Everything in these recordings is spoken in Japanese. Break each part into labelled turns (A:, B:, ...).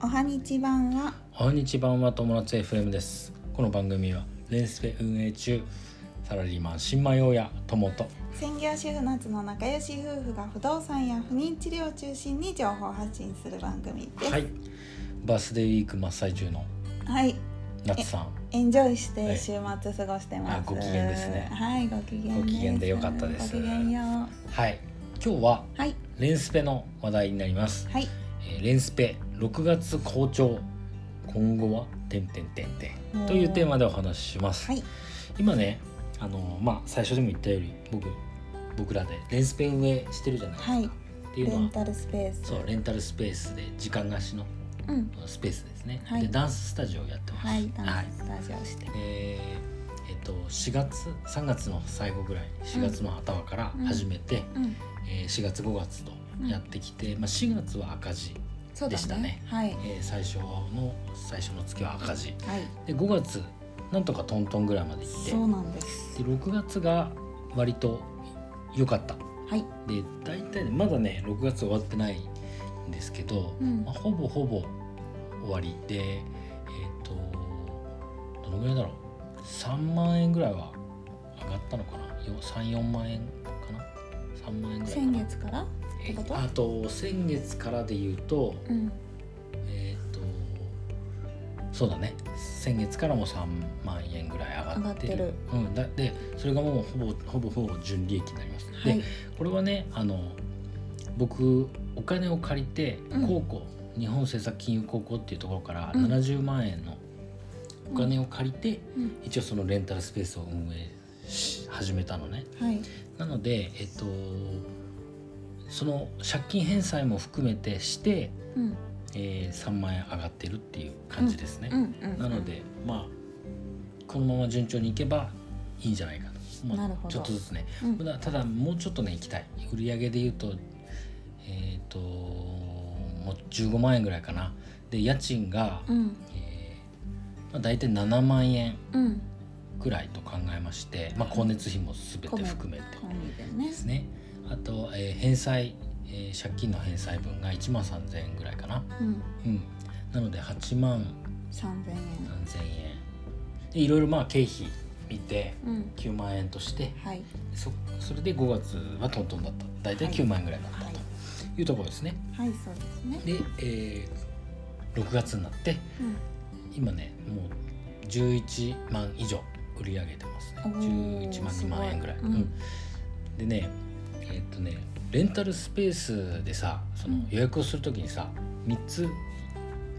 A: はにち版は
B: こんにちは友達 FM ですこの番組はレンスペ運営中サラリーマン新米大家友と
A: 専業主婦夏の仲良し夫婦が不動産や不妊治療を中心に情報発信する番組です
B: はいバースデーウィーク真っ最中の
A: はい
B: 夏さん
A: エンジョイし
B: は
A: て
B: い
A: 週末過ごしてます、
B: あご機嫌ですね
A: はいご機嫌す
B: ご機嫌でよかったです
A: ご機嫌よう
B: はい今日は
A: はい
B: レンスペの話題になります、
A: はい
B: えーレンスペ6月好調今後は点点点点というテーマでお話しします、
A: はい
B: 今ねあのまあ最初でも言ったより僕僕らでレンスペ運営してるじゃないですか、
A: はい
B: っていう
A: レ
B: の
A: ン
B: は
A: タルスペース
B: そうレンタルスペースで時間貸しの
A: うん
B: スペースですね、
A: はい
B: でダンススタジオをやってます、
A: はいダ
B: は
A: ン
B: い
A: ススタジオして、
B: でえっと4月3月の最後ぐらい4月の頭から始めて、
A: うん
B: えー4月5月とやってきて、まあ、4月は赤字、
A: そうだね
B: でしたね
A: はい
B: えー最初の最初の月は赤字
A: はい
B: で5月なんとかトントンぐらいまで行って
A: そうなんです
B: で6月が割と良かった
A: はい
B: で大体ねまだね6月終わってないんですけど、
A: うん
B: まあ、ほぼほぼ終わりでえっ、とどのぐらいだろう3万円ぐらいは上がったのかな34万円かな3万円ぐらいか
A: 先
B: な
A: 月からってこと
B: えあと先月からで言うと
A: うん
B: えっ、とそうだね先月からも3万円ぐらい上がってる
A: 上がって
B: うん、だでそれがもうほぼほぼほぼ純利益になります、
A: は
B: で
A: い
B: これはねあの僕お金を借りて
A: うん
B: 高校、日本政策金融高校っていうところから
A: うん
B: 70万円のお金を借りて、
A: うん
B: 一応そのレンタルスペースを運営し始めたのね
A: はい
B: なのでえっとその借金返済も含めてして、
A: うん
B: えー3万円上がってるっていう感じですね、
A: うんうん
B: なのでまあこのまま順調にいけばいいんじゃないかと、まあ
A: なるほど
B: ちょっとずつね
A: うん
B: ただただもうちょっとね行きたい売り上げで言うとえっ、ともう15万円ぐらいかなで家賃が、
A: うん
B: えーまあ、大体7万円
A: うん
B: ぐらいと考えまして、まあ、光熱費も全て含めて
A: 込みでね
B: ですねあと、えー返済、えー借金の返済分が1万3000円ぐらいかな
A: うん
B: うんなので8万
A: 三千円
B: 3000円でいろいろまあ経費見て
A: うん
B: 9万円として
A: はい
B: そそれで5月はトントンだった大体
A: はい
B: 9万円ぐらいだった
A: はい
B: というところですね、
A: はいそうですね
B: で、えー6月になって
A: うん
B: 今ねもう11万以上売り上げてますね
A: おー
B: 11万2万円ぐらい、
A: すごいうん
B: うんでねえーっとねレンタルスペースでさその
A: うん
B: 予約をするときにさ3つ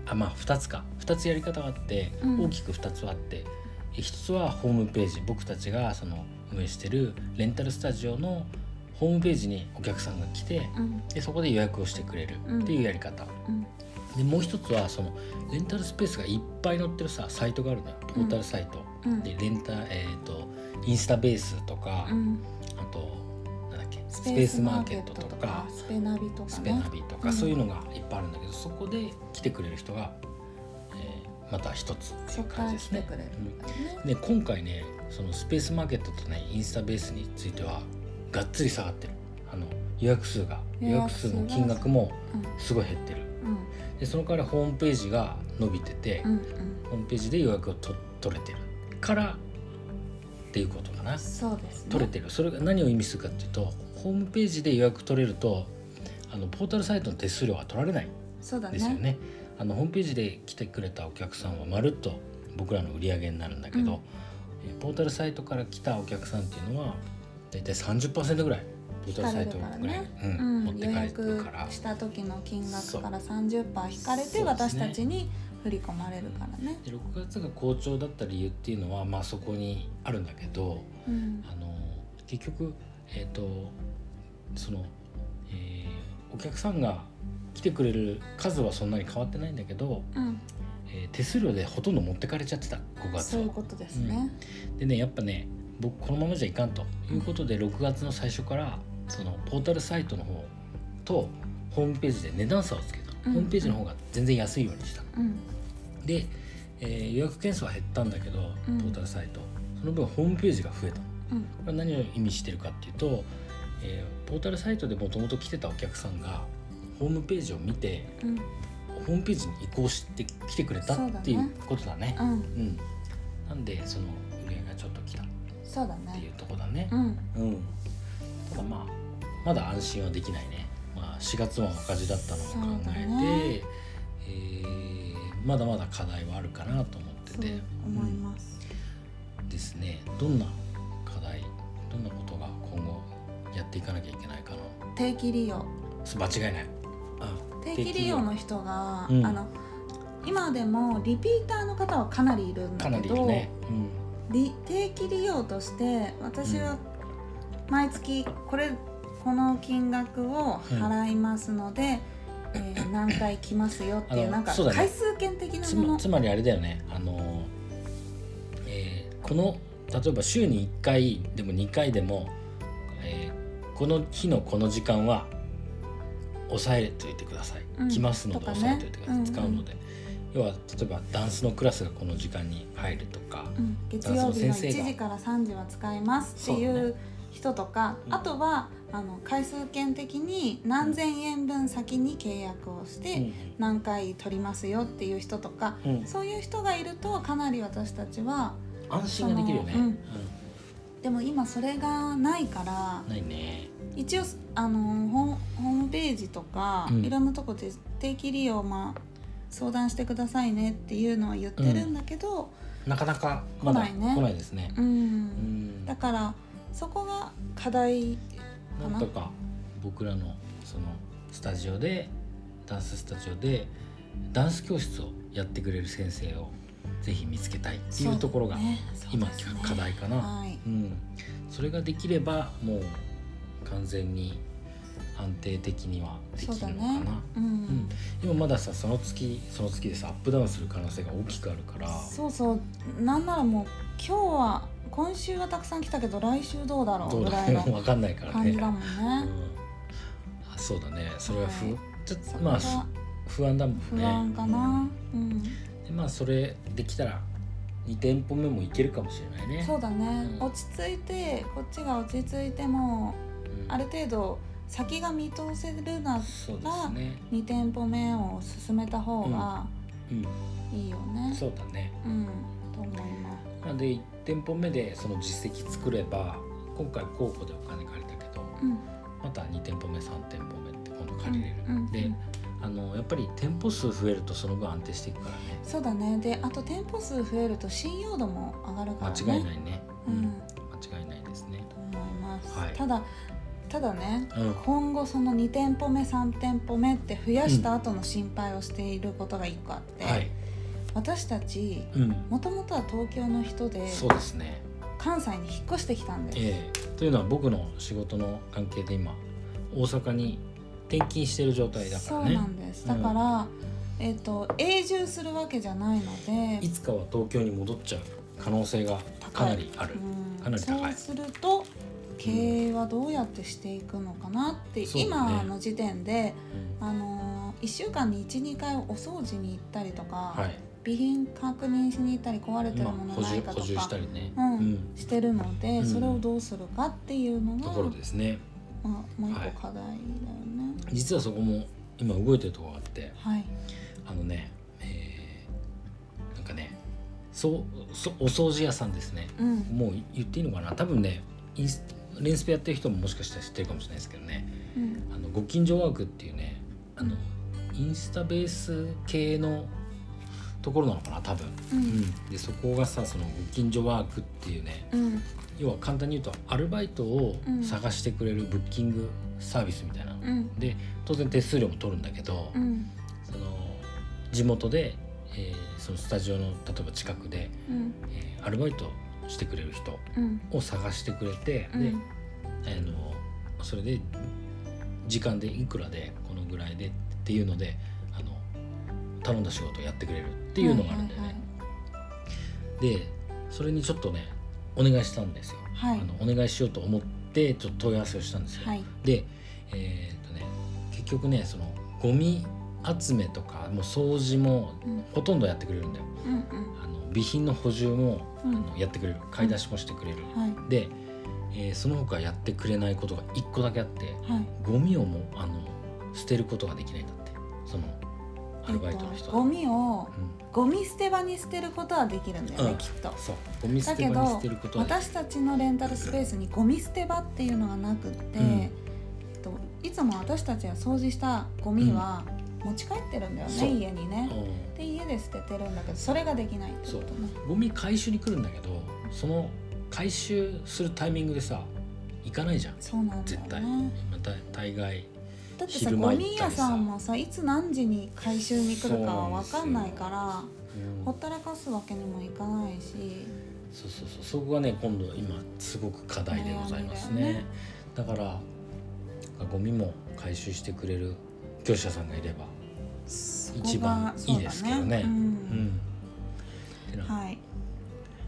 B: あまあ2つか2つやり方があって、
A: うん
B: 大きく2つあって1つはホームページ僕たちがその運営してるレンタルスタジオのホームページにお客さんが来て
A: うん
B: でそこで予約をしてくれるっていうやり方、
A: うん
B: でもう一つはそのレンタルスペースがいっぱい載ってるさサイトがあるのよポータルサイト、
A: うん
B: でレンタえっ、とインスタベースとか、
A: うん
B: あとなんだっけスペースマーケットとか
A: スペナビとか
B: スペナ
A: ね
B: ビとか、
A: うん
B: そういうのがいっぱいあるんだけどそこで来てくれる人が、えーまた一つって
A: そ
B: いう
A: こか
B: 感
A: ら
B: じ
A: 来
B: です
A: て
B: ね
A: く。れるんだよね
B: で今回ねそのスペースマーケットとねインスタベースについてはがっつり下がってるあの予約数が予
A: 予
B: 約
A: 約
B: 数
A: 数が
B: の金額も
A: うん
B: すごい減ってる。
A: うん
B: でその代わりホームページが伸びてて、
A: うんうん
B: ホームページで予約をと取れてるからっていうことかな
A: そうですね
B: 取れてるそれが何を意味するかっていうとホームページで予約取れるとあのポータルサイトの手数料は取られないん
A: そうだね
B: ですよねあのホームページで来てくれたお客さんはまるっと僕らの売り上げになるんだけど、えーポータルサイトから来たお客さんっていうのは大体30%ぐらいポータルサイトぐ
A: 引かれ
B: らい、
A: る
B: う
A: うんん
B: 持って
A: 予
B: かれてる
A: 約
B: から
A: した時の金
B: そう
A: 額から30%引かれて私たちに振り込まれるからね
B: で6月が好調だった理由っていうのはまあそこにあるんだけど
A: うん
B: あの結局えっ、とその、えーお客さんが来てくれる数はそんなに変わってないんだけど、
A: うん
B: えー手数料でほとんど持ってかれちゃってた5月
A: そういう
B: は。
A: ことですね
B: でねやっぱね僕このままじゃいかんということで6月の最初からそのポータルサイトの方とホームページで値段差をつけたの、
A: うん
B: ホームページの方が全然安いようにしたの
A: うん
B: で、えー予約件数は減ったんだけど
A: うん
B: ポータルサイト、その分ホームページが増えたこ
A: うん
B: れは何を意味してるかっていうと、えーポータルサイトでもともと来てたお客さんがホームページを見て
A: うん
B: ホームページに移行してきてくれた
A: そうだね
B: っていうことだね
A: うん
B: うんなんでその売り上げがちょっと来たっ
A: そうだ
B: てい
A: ね
B: うとこだね
A: うん
B: うんただまあまだ安心はできないね、まあ、4月は赤字だったのを考え
A: そ
B: て、
A: うだね
B: えーまだまだ課題はあるかなと思って
A: そう
B: て
A: 思います
B: うんですねどんな課題どんなことが今後やっていかなきゃいけないかな
A: 定期利用
B: そう間違いないあ
A: 定期利用の人が、
B: うん
A: あの今でもリピーターの方はかなりいるん
B: か
A: だ
B: な
A: け
B: りいる
A: ど、
B: ね、うん、
A: り定期利用として私は毎月これこの金額を払いますので、えー何回来ますよってい
B: あ
A: う
B: の
A: なんか
B: そうだね
A: 回数券的な
B: つ
A: も
B: ま
A: の
B: つまりあれだよねあの、えーこの例えば週に1回でも2回でも、えーこの日のこの時間は抑えといてください、
A: うん
B: 来ますの
A: と
B: で
A: かね
B: 抑えといてください、
A: うんうん
B: 使うので要は例えばダンスのクラスがこの時間に入るとか、
A: うん月曜日の
B: 先生が
A: 1時から3時は使いますってい
B: そうだね
A: う人とか、
B: うん
A: あとはあの回数券的に何千円分先に契約をして、何回取りますよっていう人とか
B: うんうん
A: そういう人がいるとかなり私たちは
B: 安心ができるよね、
A: そのうんでも今それがないから
B: うんないね
A: 一応あのホーホームページとか、
B: うん
A: いろんなとこで定期利用、まあ、相談してくださいねっていうのは言ってるんだけど、
B: なかなかまだ
A: 来ないね
B: 来ないですね、
A: うん
B: うん
A: だからそこが課題かな
B: なんとか僕らのそのスタジオでダンススタジオでダンス教室をやってくれる先生をぜひ見つけたいっていうところが
A: そうねそう
B: 今
A: ですね
B: 課題かな。
A: はい
B: うん、それができればもう完全に安定的にはできる
A: そう
B: の
A: だ
B: かな。
A: ねう
B: うんん、今まださその月その月でさアップダウンする可能性が大きくあるから
A: そうそうなんならもう今日は今週はたくさん来たけど来週どうだろ
B: ど
A: う
B: う
A: ぐ
B: だ
A: らい
B: ろう
A: の
B: 分かんないから
A: 感
B: ね。
A: じだもん
B: う
A: ね。
B: んあそうだねそれは不、
A: はい
B: ちょっ
A: そ
B: と
A: こが
B: まあ不安だもんね。
A: 不安かな、うん
B: でまあそれできたら2店舗目もいけるかもしれないね
A: そうだね、
B: うん
A: 落ち着いてこっちが落ち着いても
B: うん
A: ある程度先が見通せるな
B: そうですね
A: 2店舗目を進めた方が
B: う
A: いいよ
B: ん
A: ね、
B: そうだね
A: うんと思います
B: なので1店舗目でその実績作れば今回高校でお金借りたけど
A: うん
B: また2店舗目3店舗目って今度借りれる、
A: うんうん
B: であのやっぱり店舗数増えるとその分安定していくからね
A: そうだねであと店舗数増えると信用度も上がるからね
B: 間違いないね
A: う
B: うんん間違いないですね
A: と思います、
B: はい
A: ただただね
B: うん
A: 今後その2店舗目3店舗目って増やした後の心配をしていることが1個あって、
B: はい
A: 私たち
B: うん
A: もともとは東京の人で
B: そうですね
A: 関西に引っ越してきたんです、
B: ええというのは僕の仕事の関係で今大阪に転勤してる状態だか
A: そう
B: らね
A: なんです
B: う
A: だ
B: ん
A: から、えっと永住するわけじゃないので
B: いつかは東京に戻っちゃう可能性がかなりある、
A: うん
B: かなり高い
A: そうすると経営はどうやってしていくのかなって、
B: そうね
A: 今の時点で、
B: うん
A: あの1週間に12回お掃除に行ったりとか、
B: はい
A: 備品確認しに行ったり壊れてる
B: 今
A: もの
B: 補
A: ない
B: 充
A: か
B: 補
A: と
B: 充した
A: か、
B: りね、
A: うん
B: うん
A: してるので、
B: うん
A: それをどうするかっていうの
B: と
A: が
B: ころですね
A: まあ、もう一
B: はい
A: 個課題だよね。
B: 実はそこも今動いてるところがあって
A: はい、
B: あのね、えーなんかねそうそお掃除屋さんですね
A: うん、
B: もう言っていいのかな多分ねインスレンスペやってる人ももしかしたら知ってるかもしれないですけどね
A: うん、
B: あのご近所ワークっていうねあの
A: うん
B: インスタベース系のところなのかな多分、
A: う
B: うん
A: ん、
B: でそこがさそのご近所ワークっていうね
A: うん、
B: 要は簡単に言うとアルバイトを
A: うん
B: 探してくれるブッキングサービスみたいな、
A: うん、
B: で当然手数料も取るんだけど、
A: うん、
B: その地元で、えーそのスタジオの例えば近くで、
A: うん、
B: えーアルバイトしてくれる人
A: うん、
B: を探してくれて、
A: う
B: で
A: ん、
B: あのそれで時間でいくらでこのぐらいでっていうのであの頼んだ仕事をやってくれるっていうのがあるんだよね。でそれにちょっとねお願いしたんですよ。
A: はい
B: あのお願いしようと思ってちょっと問い合わせをしたんですよ。
A: はい、
B: でえーっとね結局ねそのゴミ集めとかもう掃除も
A: うん、
B: ほとんどやってくれるんだよ。
A: うん、
B: あの備品の補充も、
A: うん
B: あのやってくれる買い出しもしてくれる。
A: うん、はい、
B: で、えーその他やってくれないことが1個だけあって
A: はい、
B: ゴミをもうあの捨てることができないんだってそのアルバイトの人、
A: えっと、ゴミを
B: うん
A: ゴミ捨て場に捨てることはできるんだよね、
B: うん
A: きっと
B: そうゴミ捨て場に捨てることは
A: 私たちのレンタルスペースにゴミ捨て場っていうのがなくって、
B: うん
A: えっと、いつも私たちが掃除したゴミは持ち帰ってるんだよね、
B: そう
A: 家にね、
B: う
A: で家で捨ててるんだけどそれができないってことね
B: んゴミ回収に来るんだけどその回収するタイミングでさ行かないじゃん
A: そうなんだ
B: 絶
A: よ
B: 対、
A: ね
B: まあだ大概
A: だってさ
B: 昼
A: ゴ
B: 間行ったりさ
A: ミ屋さんもさいつ何時に回収に来るかは分かんないか
B: そうな
A: ら
B: うん
A: ほったらかすわけにもいかないし
B: そうそうそうそこがね今度今すごく課題でございますね
A: 悩みだよね
B: だからゴミも回収してくれる業者さんがいれば
A: そこが
B: 一番いいですけどね
A: そうだ
B: う
A: うん
B: んってな
A: はい
B: っ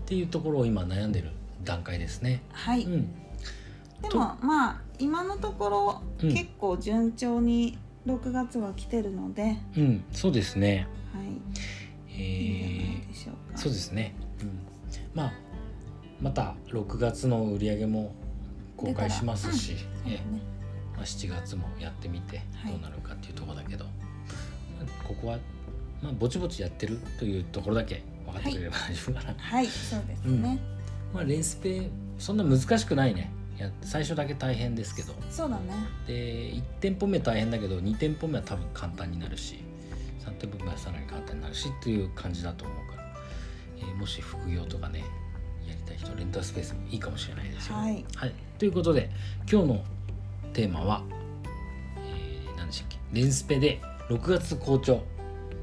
B: ていうところを今悩んでる段階ですね
A: はい、
B: うん
A: でもまあ今のところ、
B: うん
A: 結構順調に6月は来てるので、はい、
B: うんそうですね
A: い
B: え
A: いんじゃな
B: ー
A: いでしょうか。
B: そうですね、うん、まあまた6月の売り上げも公開しますし、
A: そう
B: え
A: だ
B: え
A: ね
B: まあ、7月もやってみて
A: はい
B: どうなるかっていうところだけど、ここは、まあ、ぼちぼちやってるというところだけ分かってくれれば大丈夫かな、
A: はい、そうですね。
B: まあレンスペそんな難しくないねいや最初だけ大変ですけど
A: そうだね。
B: で1店舗目大変だけど2店舗目は多分簡単になるし3店舗目はさらに簡単になるしっていう感じだと思うから、えーもし副業とかねやりたい人レンタルスペースもいいかもしれないですよね。
A: はい
B: ということで今日のテーマは、えー何でしたっけレンスペで6月好調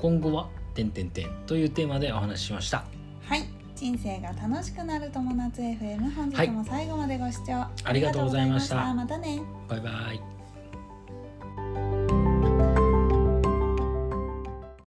B: 今後は点点点というテーマでお話ししました。
A: はい、人生が楽しくなる友達 FM 本
B: はい
A: 日も最後までご視聴、
B: ありがとうございました
A: ありがとうございましたまたね。
B: バイバイ